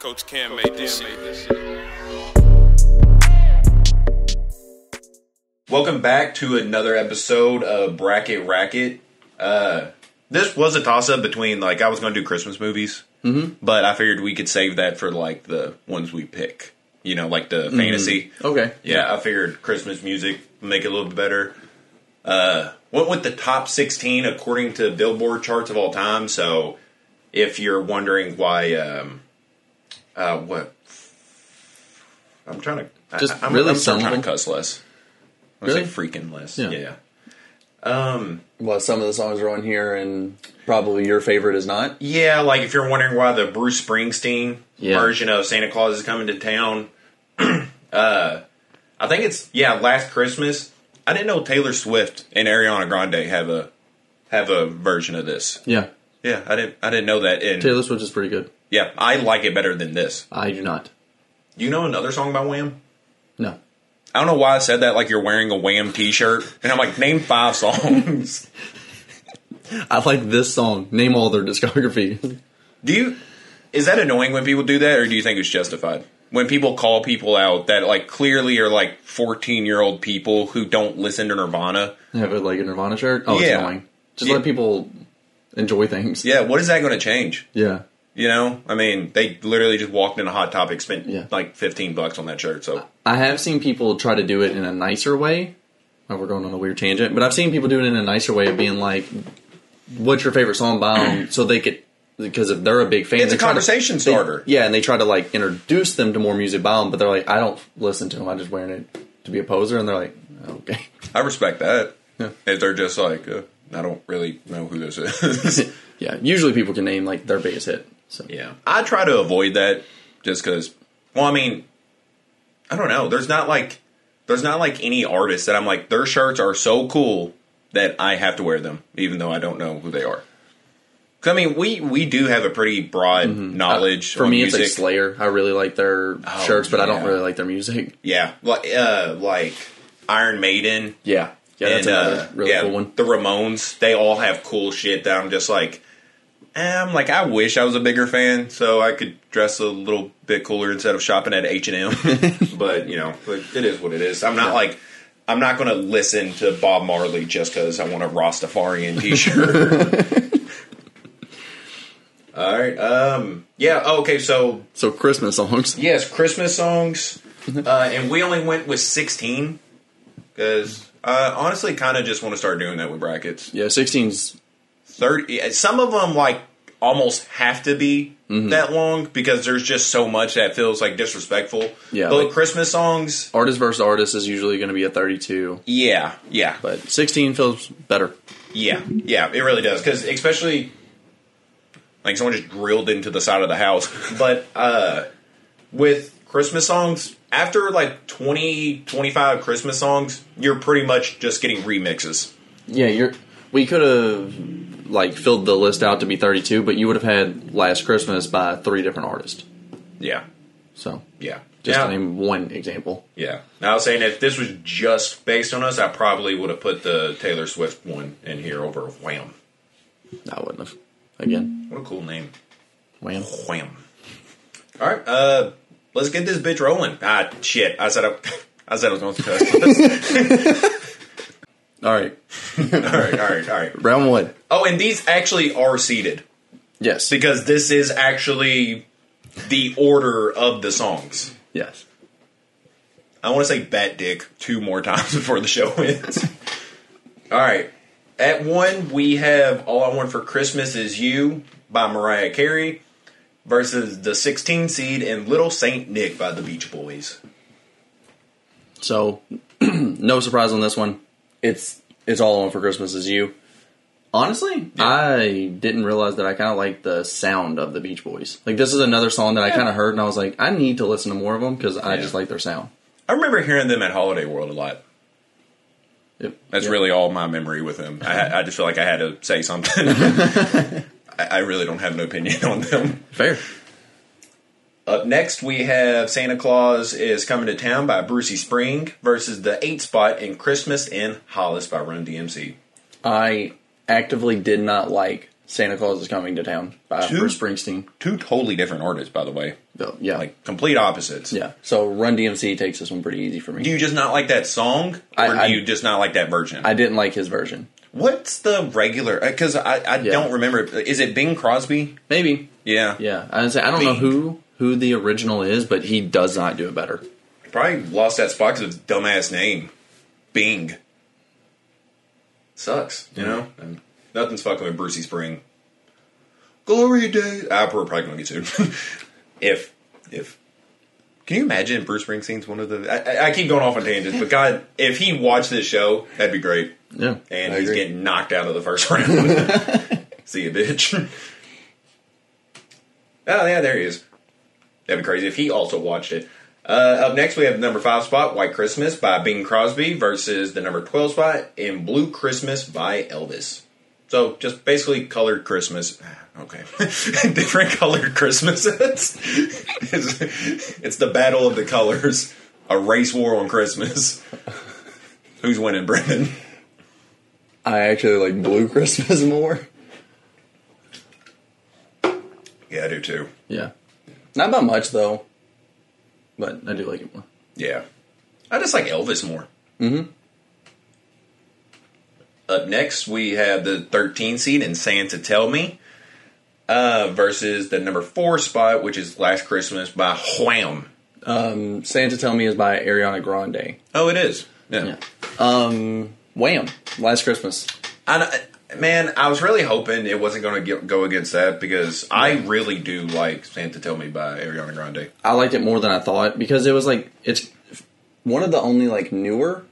Coach Cam made this shit. Welcome back to another episode of Bracket Racket. Uh, this was a toss up between like I was going to do Christmas movies, but I figured we could save that for like the ones we pick. You know, like the fantasy. Okay. Yeah, I figured Christmas music make it a little bit better. Uh, went with the top 16 according to Billboard charts of all time. So, if you're wondering why, um, uh, what I'm trying to I- Just I'm, really I'm still some of trying them. to cuss less. I Really? say freaking less. Yeah. yeah. Well, some of the songs are on here, and probably your favorite is not. Yeah, like if you're wondering why the Bruce Springsteen Yeah. version of Santa Claus is coming to town, uh, I think it's yeah. Last Christmas, I didn't know Taylor Swift and Ariana Grande have a have a version of this. Yeah. Yeah, I didn't I didn't know that. And Taylor Swift is pretty good. yeah, I like it better than this. I do not. You know another song by Wham? No. I don't know why I said that. Like you're wearing a Wham T-shirt, and I'm like, name five songs. I like this song. Name all their discography. Do you? Is that annoying when people do that, or do you think it's justified? When people call people out that like clearly are like fourteen year old people who don't listen to Nirvana, Have it like a Nirvana shirt. Oh, Yeah. it's annoying. Just Yeah. let people enjoy things. yeah, what is that going to change? Yeah. You know, I mean, they literally just walked in a hot topic, spent Yeah. Uh, like fifteen bucks on that shirt. So I have seen people try to do it in a nicer way. Oh, we're going on a weird tangent, but I've seen people do it in a nicer way of being like, "What's your favorite song by 'em?" So they could, because if they're a big fan, It's they a try to- conversation they- starter. yeah, and they try to like introduce them to more music by 'em, but they're like, "I don't listen to them. I'm just wearing it to be a poser," and they're like, "Okay." I respect that. Yeah. If they're just like, uh, I don't really know who this is. yeah, usually people can name like their biggest hit. So Yeah. I try to avoid that just because, well, I mean, I don't know. There's not like, there's not like any artist that I'm like, their shirts are so cool that I have to wear them, even though I don't know who they are. 'Cause, I mean, we, we do have a pretty broad knowledge. Mm-hmm. Uh, for on me, music. Oh, it's like Slayer. I really like their shirts, but I don't yeah. really like their music. yeah, like, uh, like Iron Maiden. Yeah, yeah, that's and, another uh, really yeah, cool one. The Ramones, they all have cool shit that I'm just like, eh, I'm like, I wish I was a bigger fan so I could dress a little bit cooler instead of shopping at H and M. But you know, it it is what it is. I'm not like, I'm not going to listen to Bob Marley just because I want a Rastafarian T-shirt. all right, um, yeah, okay, so So Christmas songs. Yes, Christmas songs, uh, and we only went with sixteen because uh, honestly, kind of just want to start doing that with brackets. Yeah, 16's Thirty. yeah, Some of them like almost have to be Mm-hmm. that long because there's just so much that feels like disrespectful. Yeah, but like- Christmas songs, artist versus artist is usually going to be a 32, yeah, yeah, but 16 feels better. yeah, yeah. It really does because especially like someone just drilled into the side of the house, but uh, with Christmas songs. After like 20, 25 Christmas songs, you're pretty much just getting remixes. Yeah, you're. We could have like filled the list out to be 32, but you would have had Last Christmas by three different artists. Yeah. So Yeah. just yeah. to name one example. yeah. Now, I was saying if this was just based on us, I probably would have put the Taylor Swift one in here over Wham. I wouldn't have. Again, What a cool name. wham. Wham. All right. Uh, let's get this bitch rolling. Ah, shit. I said I, I said I was going to cuss. All right, all right. All right. All right. round one. Oh, and these actually are seated Yes. because this is actually the order of the songs. Yes. I want to say bat dick two more times before the show ends. All right. At one, we have All I Want for Christmas Is You by Mariah Carey versus the 16 seed and Little Saint Nick by the Beach Boys. So, no surprise on this one. It's it's all on for Christmas is you. Honestly, I didn't realize that I kind of like the sound of the Beach Boys. Like this is another song that I kind of heard and I was like, I need to listen to more of them because I Yeah. just like their sound. I remember hearing them at Holiday World a lot. It- That's yeah. really all my memory with them. I, ha- I just feel like I had to say something. I, I really don't have an opinion on them. fair. Up next, we have Santa Claus is Coming to Town by Brucey Spring versus the 8 spot in Christmas in Hollis by Run DMC. I actively did not like Santa Claus is Coming to Town by Two? Bruce Springsteen. Two totally different artists, by the way. Though, yeah, Like complete opposites. yeah. So Run DMC takes this one pretty easy for me. Do you just not like that song, or I- I- do you just not like that version? I didn't like his version. What's the regular? Because I, I Yeah. don't remember. Is it Bing Crosby? Maybe. Yeah, Yeah, I say I don't know who who the original is, but he does not do it better. Probably lost that spot because of dumbass name, Bing. Sucks, you know. And nothing's fucking with Brucey Spring. Glory days. Ah, we're probably gonna get sued. if if. Can you imagine Bruce Springsteen's one of the? I, I- I keep going off on tangents, but God, if he watched this show, that'd be great. Yeah, And I he's agree. getting knocked out of the first round. See you, bitch. oh, yeah, there he is. That'd be crazy if he also watched it. Uh, up next, we have the number five spot, White Christmas by Bing Crosby, versus the number 12 spot, in Blue Christmas by Elvis. So, just basically colored Christmas. Ah, Okay. Different colored Christmases. it's, it's the battle of the colors, a race war on Christmas. Who's winning, Brendan? I actually like Blue Christmas more. Yeah, I do too. Yeah, not by much though, but I do like it more. Yeah. I just like Elvis more. Mm hmm. Up next, we have the 13 seed in Santa Tell Me uh, versus the number four spot, which is Last Christmas by Wham. Santa Tell Me is by Ariana Grande. Oh, it is. Yeah. Um, Wham! Last Christmas. I, man, I was really hoping it wasn't going to go against that because I really do like Santa Tell Me by Ariana Grande. I liked it more than I thought because it was like it's one of the only like newer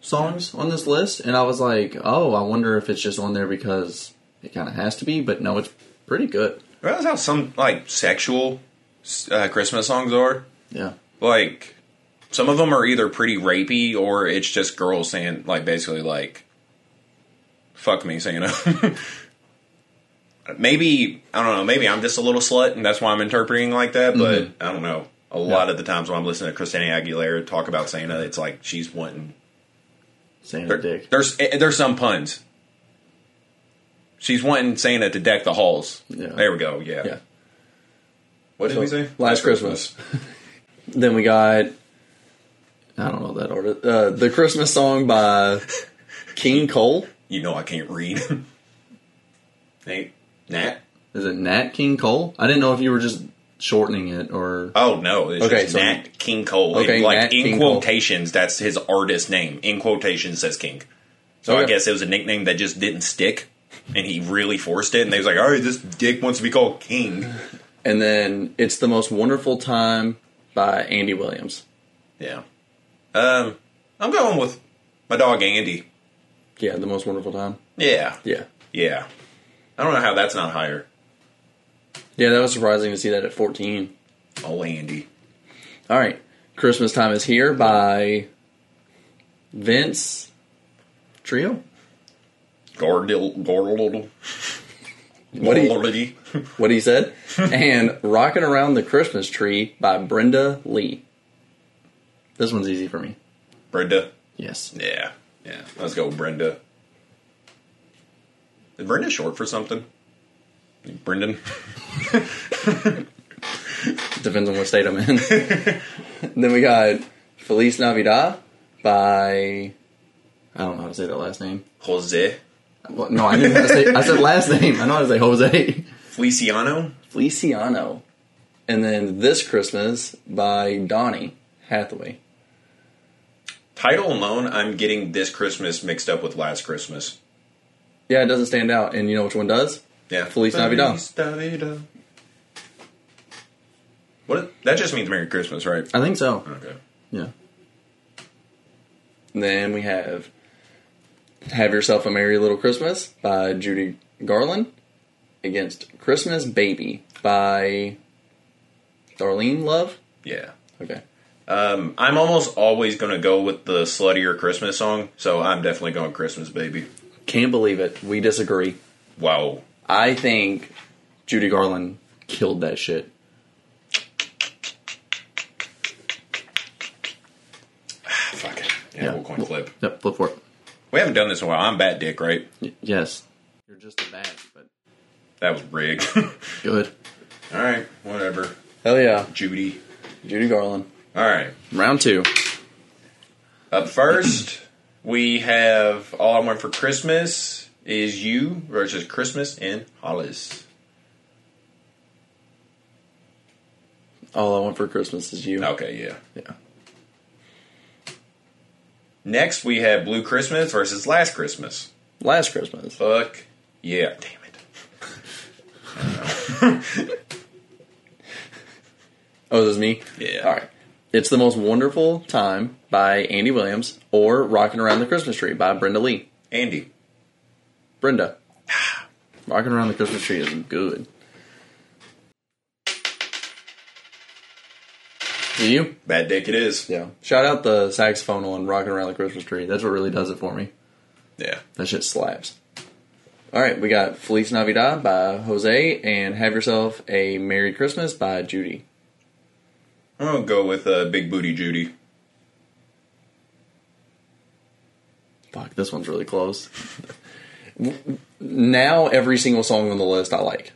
songs on this list, and I was like, oh, I wonder if it's just on there because it kind of has to be, but no, it's pretty good. Realize how some like sexual uh, Christmas songs are? Yeah, like some of them are either pretty rapey or it's just girls saying like basically like fuck me Santa. maybe I don't know, maybe I'm just a little slut and that's why I'm interpreting like that, but Mm-hmm. I don't know. A lot of the times when I'm listening to Christina Aguilera talk about Santa, it's like she's wanting Santa there- Dick. there's eh, there's some puns. She's wanting Santa to deck the halls. Yeah. There we go. Yeah. Yeah. What did we say? Last Christmas. then we got I don't know that order. Uh, the Christmas song by King Cole. You know I can't read. Nate, Nat. Is it Nat King Cole? I didn't know if you were just shortening it or Oh no! It's Okay, just so- Nat King Cole. Okay, It, like Nat in King Cole. quotations, that's his artist name. In quotations, says King. So I Okay. guess it was a nickname that just didn't stick, and he really forced it. And they was like, "All right, this dick wants to be called King." and then it's the most wonderful time by Andy Williams. Yeah. Um, I'm going with my dog Andy. Yeah, the most wonderful time. Yeah, Yeah. yeah. I don't know how that's not higher. Yeah, that was surprising to see that at 14. Oh, Andy. All right. Christmas Time is Here by Vince Trio. Gordil, gordil, What do you, gordil. what he said? and Rocking Around the Christmas Tree by Brenda Lee. This one's easy for me. Brenda. Yes. Yeah, yeah. Let's go, Brenda. Is Brenda short for something? Brendan. Depends on what state I'm in. then we got Feliz Navidad by I don't know how to say that last name. Jose. Well, no, I didn't. How to say, I said last name. I know how to say Jose. Feliciano. Feliciano. And then This Christmas by Donnie Hathaway. Title alone, I'm getting this Christmas mixed up with last Christmas. Yeah, it doesn't stand out. And you know which one does? Yeah. Feliz Navidad. Feliz Navidad. What? That just means Merry Christmas, right? I think so. Okay. Yeah. And then we have Have Yourself a Merry Little Christmas by Judy Garland against Christmas Baby by Darlene Love. Yeah. Okay. Um, I'm almost always going to go with the sluttier Christmas song, so I'm definitely going Christmas, baby. Can't believe it. We disagree. Wow. I think Judy Garland killed that shit. Ah, Fuck it. Yeah, we'll coin flip. Yep, flip for it. We haven't done this in a while. I'm Bat Dick, right? Y- yes. You're just a bat, but That was rigged. Good. All right, whatever. Hell yeah. Judy. Judy Garland. All right. Round two. Up first, we have All I Want for Christmas is You versus Christmas in Hollis. All I want for Christmas is you. Okay, yeah. Yeah. Next, we have Blue Christmas versus Last Christmas. Last Christmas. Fuck yeah. Damn it. Oh, this is me? Yeah. All right. It's the most wonderful time by Andy Williams or Rockin' Around the Christmas Tree by Brenda Lee. Andy. Brenda. Rockin' Around the Christmas Tree is good. Do you? Bad dick it is. Yeah. Shout out the saxophone on Rockin' Around the Christmas Tree. That's what really does it for me. Yeah. That shit slaps. All right, we got Feliz Navidad by Jose and Have Yourself a Merry Christmas by Judy. I'm going to go with uh, Big Booty Judy. Fuck, this one's really close. now every single song on the list I like.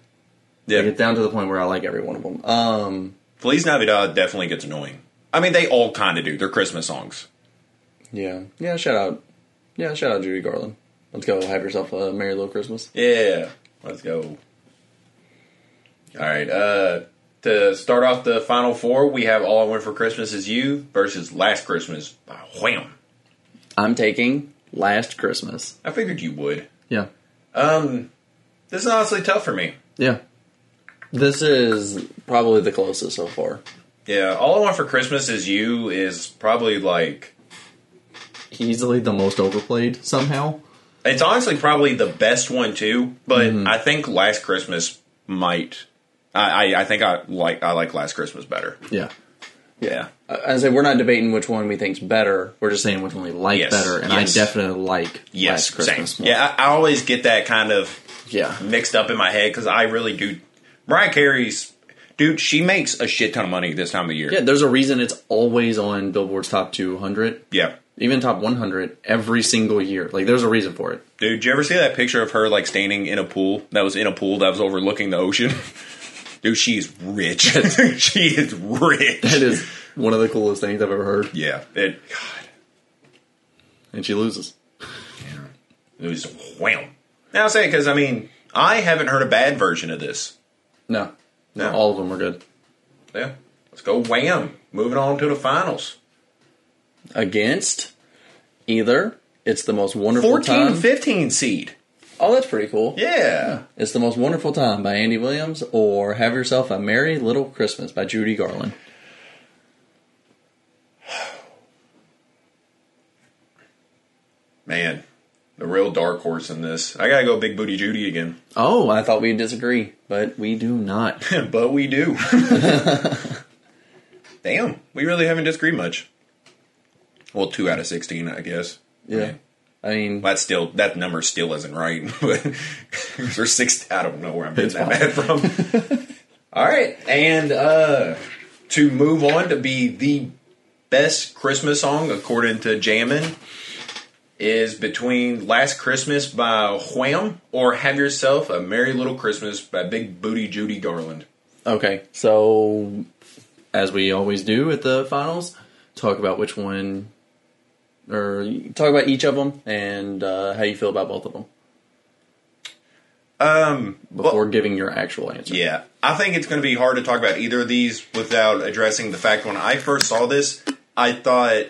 I Yeah. get down to the point where I like every one of them. Um, Feliz Navidad definitely gets annoying. I mean, they all kind of do. They're Christmas songs. yeah, yeah. Shout out, yeah. Shout out Judy Garland. Let's go. Have yourself a merry little Christmas. Yeah, let's go. All right. Uh, to start off the final four, we have "All I Want for Christmas Is You" versus "Last Christmas" by Wham. I'm taking Last Christmas. I figured you would. Yeah, Um, this is honestly tough for me. yeah. This is probably the closest so far. Yeah, "All I Want for Christmas Is You" is probably like Easily the most overplayed somehow. it's honestly probably the best one too. But Mm-hmm. I think "Last Christmas" might. I, I I think I like I like "Last Christmas" better. Yeah. Yeah. I I say we're not debating which one we think's better. We're just saying which one we like Yes, better, and yes. I definitely like Yes. Last Christmas same. more. Yeah. I, I always get that kind of yeah. mixed up in my head because I really do. Mariah Carey's dude, she makes a shit ton of money this time of year. Yeah, there's a reason it's always on Billboard's top 200, Yeah. even top 100 every single year. Like there's a reason for it. dude, did you ever see that picture of her like standing in a pool that was in a pool that was overlooking the ocean? dude, she's rich. she is rich. It is one of the coolest things I've ever heard, Yeah, it. God, and she loses. it was wham. Now I'll say it because I mean I haven't heard a bad version of this. No, No. all of them are good. Yeah, let's go wham. Moving on to the finals. Against either, it's the most wonderful 14, time. 15 seed. Oh, that's pretty cool. Yeah. It's the most wonderful time by Andy Williams, or Have Yourself a Merry Little Christmas by Judy Garland. Man, the real dark horse in this. I gotta go Big Booty Judy again. Oh, I thought we'd disagree, but we do not. but we do. Damn, we really haven't disagreed much. Well, two out of sixteen, I guess. Yeah. I mean, Well, that's still that number still isn't right. But we're six. I don't know where I'm getting It's that bad from. All right, and uh, to move on to be the best Christmas song according to Jammin' is between "Last Christmas" by Wham or "Have Yourself a Merry Little Christmas" by Big Booty Judy Garland. okay. So, as we always do at the finals, talk about which one, or talk about each of them and uh, how you feel about both of them Um, well- before giving your actual answer. Yeah, I think it's going to be hard to talk about either of these without addressing the fact when I first saw this, I thought,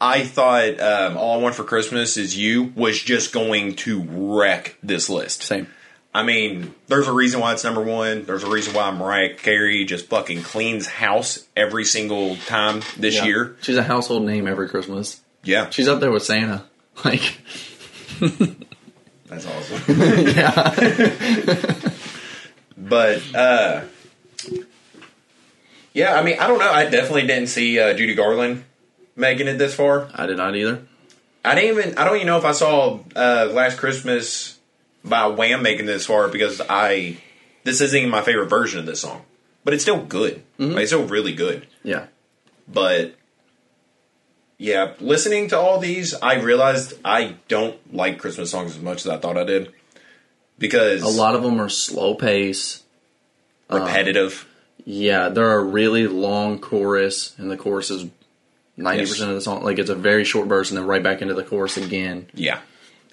I thought um, all I want for Christmas is you was just going to wreck this list. Same. I mean, there's a reason why it's number one. There's a reason why Mariah Carey just fucking cleans house every single time this Yeah. year. She's a household name every Christmas. Yeah, She's up there with Santa. Like, that's awesome. yeah. But uh yeah, I mean, I don't know. I definitely didn't see uh, Judy Garland making it this far. I did not either. I didn't even. I don't even know if I saw uh, Last Christmas by Wham making it this far because I this isn't even my favorite version of this song, but it's still good. Like, it's still really good. Yeah. But yeah, listening to all these, I realized I don't like Christmas songs as much as I thought I did. because A lot uh, of them are slow pace. repetitive. Yeah, there are really long chorus, and the chorus is ninety percent of the song. Like it's a very short verse, and then right back into the chorus again. yeah,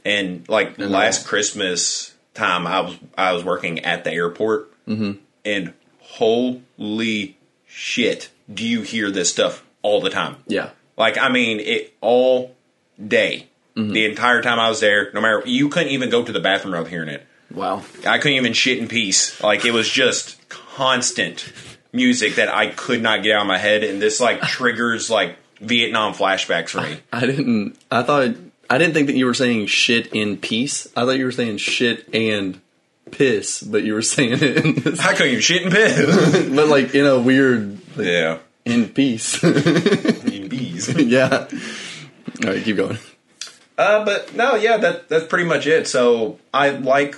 and like uh, last Christmas time, I was I was working at the airport, Mm-hmm. and holy shit, do you hear this stuff all the time? Yeah, Like, I mean, it all day. Mm-hmm. The entire time I was there, no matter you couldn't even go to the bathroom without hearing it. wow. I couldn't even shit in peace. Like it was just constant music that I could not get out of my head, and this like triggers like Vietnam flashbacks for me. I didn't. I thought. I didn't think that you were saying shit in peace. I thought you were saying shit and piss, but you were saying it, in this, I couldn't even shit in piss. but like in a weird like, yeah, in peace. in peace. yeah. All right, keep going. Uh, but no, yeah, that that's pretty much it. So I like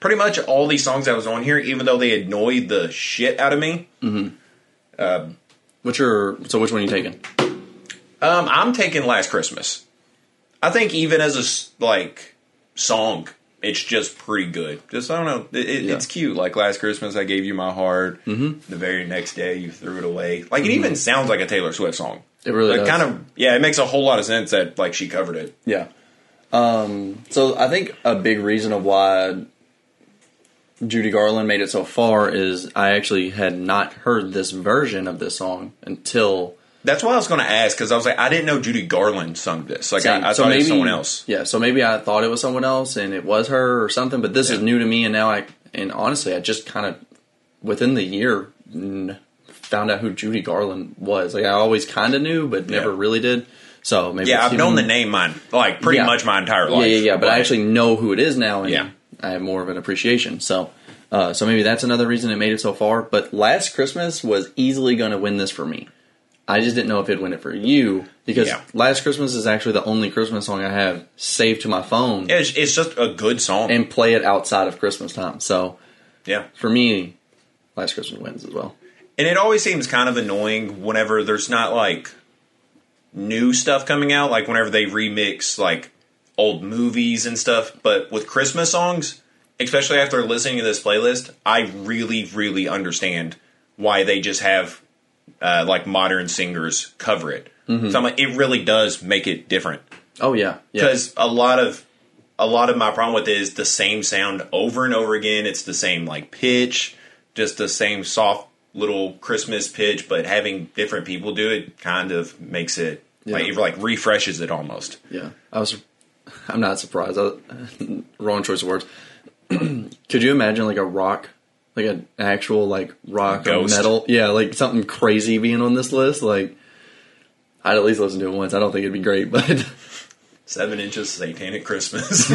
pretty much all these songs that was on here, even though they annoyed the shit out of me. What's your so? Which one are you taking? Um, I'm taking Last Christmas. I think even as a s- like song, it's just pretty good. Just I don't know, it, it, Yeah. Mm-hmm. it's cute. Like Last Christmas, I gave you my heart. The very next day, you threw it away. Like it even sounds like a Taylor Swift song. It really Like, does. kind of yeah. It makes a whole lot of sense that like she covered it. Yeah. Um, so I think a big reason of why Judy Garland made it so far is I actually had not heard this version of this song until That's why I was going to ask because I was like, I didn't know Judy Garland sung this. Like I, I thought it was someone else. Yeah, so maybe I thought it was someone else and it was her or something. But this is Yeah. new to me, and now I and honestly, I just kind of within the year n- found out who Judy Garland was. Like I always kind of knew, but never Yeah. really did. So maybe Yeah, it's I've known the even- name mine like pretty Yeah. much my entire life. Yeah, yeah, yeah. But I actually know who it is now, and Yeah. I have more of an appreciation. So, uh, so maybe that's another reason it made it so far. But last Christmas was easily going to win this for me. I just didn't know if it'd win it for you because Yeah. last Christmas is actually the only Christmas song I have saved to my phone it's, it's just a good song. and play it outside of Christmas time. So yeah, for me, last Christmas wins as well. And it always seems kind of annoying whenever there's not like new stuff coming out, like whenever they remix like old movies and stuff. But with Christmas songs, especially after listening to this playlist, I really, really understand why they just have uh, like modern singers cover it. So I'm like, it really does make it different Oh yeah, yeah, because a lot of a lot of my problem with it is the same sound over and over again. It's the same like pitch, just the same soft little Christmas pitch, but having different people do it kind of makes it like Yeah. it like refreshes it almost. yeah. I was, I'm not surprised. I, wrong choice of words. Could you imagine like a rock, like an actual like rock or Ghost? metal? Yeah, like something crazy being on this list. Like, I'd at least listen to it once. I don't think it'd be great, but Seven inches satanic Christmas.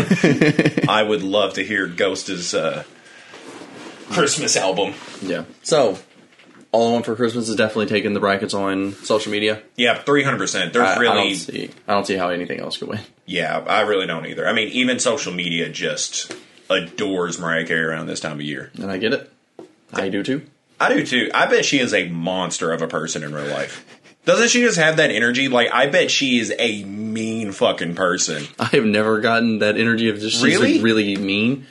I would love to hear Ghost's uh, Christmas album. yeah. So, all I want for Christmas is definitely taking the brackets on social media. Yeah, three hundred percent. There's I, really I don't see. I don't see how anything else could win. Yeah, I really don't either. I mean, even social media just adores Mariah Carey around this time of year. And I get it. I do too. I do too. I bet she is a monster of a person in real life. Doesn't she just have that energy? Like, I bet she is a mean fucking person. I have never gotten that energy of just she's Really? like really mean.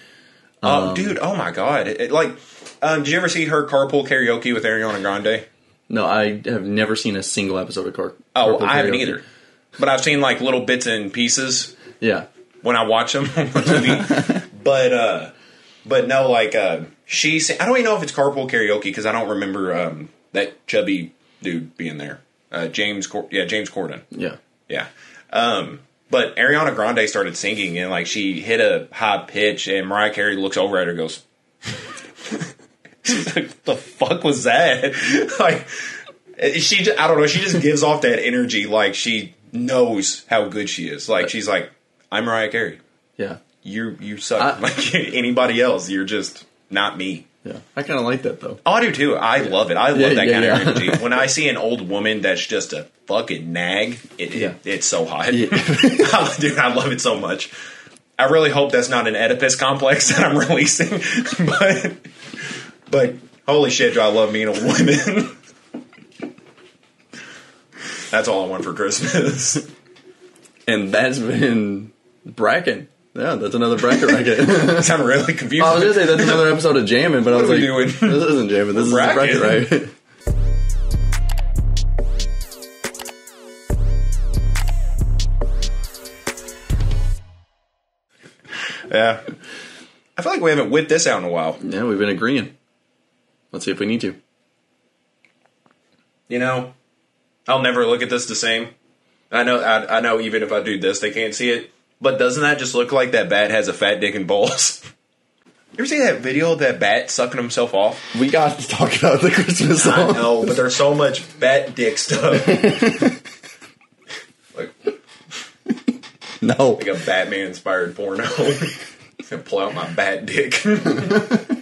Oh, Um, dude. Oh my god. It- it- like, um, did you ever see her carpool karaoke with Ariana Grande? No, I have never seen a single episode of Car. Oh, Carpool I haven't Karaoke. either. But I've seen like little bits and pieces Yeah, when I watch them on TV. but uh but no, like uh she sa- I don't even know if it's carpool karaoke because I don't remember um that chubby dude being there. Uh James Cor- yeah, James Corden. yeah, Yeah. Um but Ariana Grande started singing and like she hit a high pitch and Mariah Carey looks over at her and goes She's like, the fuck was that? like eh, she just, I don't know, she just gives off that energy like she knows how good she is. Like she's like I'm Mariah Carey yeah, you you suck I- like anybody else. You're just not me. yeah. I kind of like that though. Oh, I do too. I love it. I love Yeah, that yeah, kind yeah. of energy. When I see an old woman that's just a fucking nag, it, Yeah. it it's so hot. Yeah. Dude, I love it so much. I really hope that's not an Oedipus complex that I'm releasing, but but holy shit, do I love mean old women? that's all I want for Christmas. And that's been Bracken. Yeah, that's another bracket racket. I'm really confused. I was gonna say that's another episode of jamming, but I was What like, are we this isn't jamming. This is We're bracket, bracketing. right? yeah. I feel like we haven't whipped this out in a while. yeah, we've been agreeing. Let's see if we need to. You know, I'll never look at this the same. I know. I, I know. Even if I do this, they can't see it. But doesn't that just look like that bat has a fat dick and balls? you ever see that video of that bat sucking himself off? We got to talk about the Christmas I song. know, but there's so much bat dick stuff. like, No, like a Batman inspired porno. Gonna pull out my bat dick.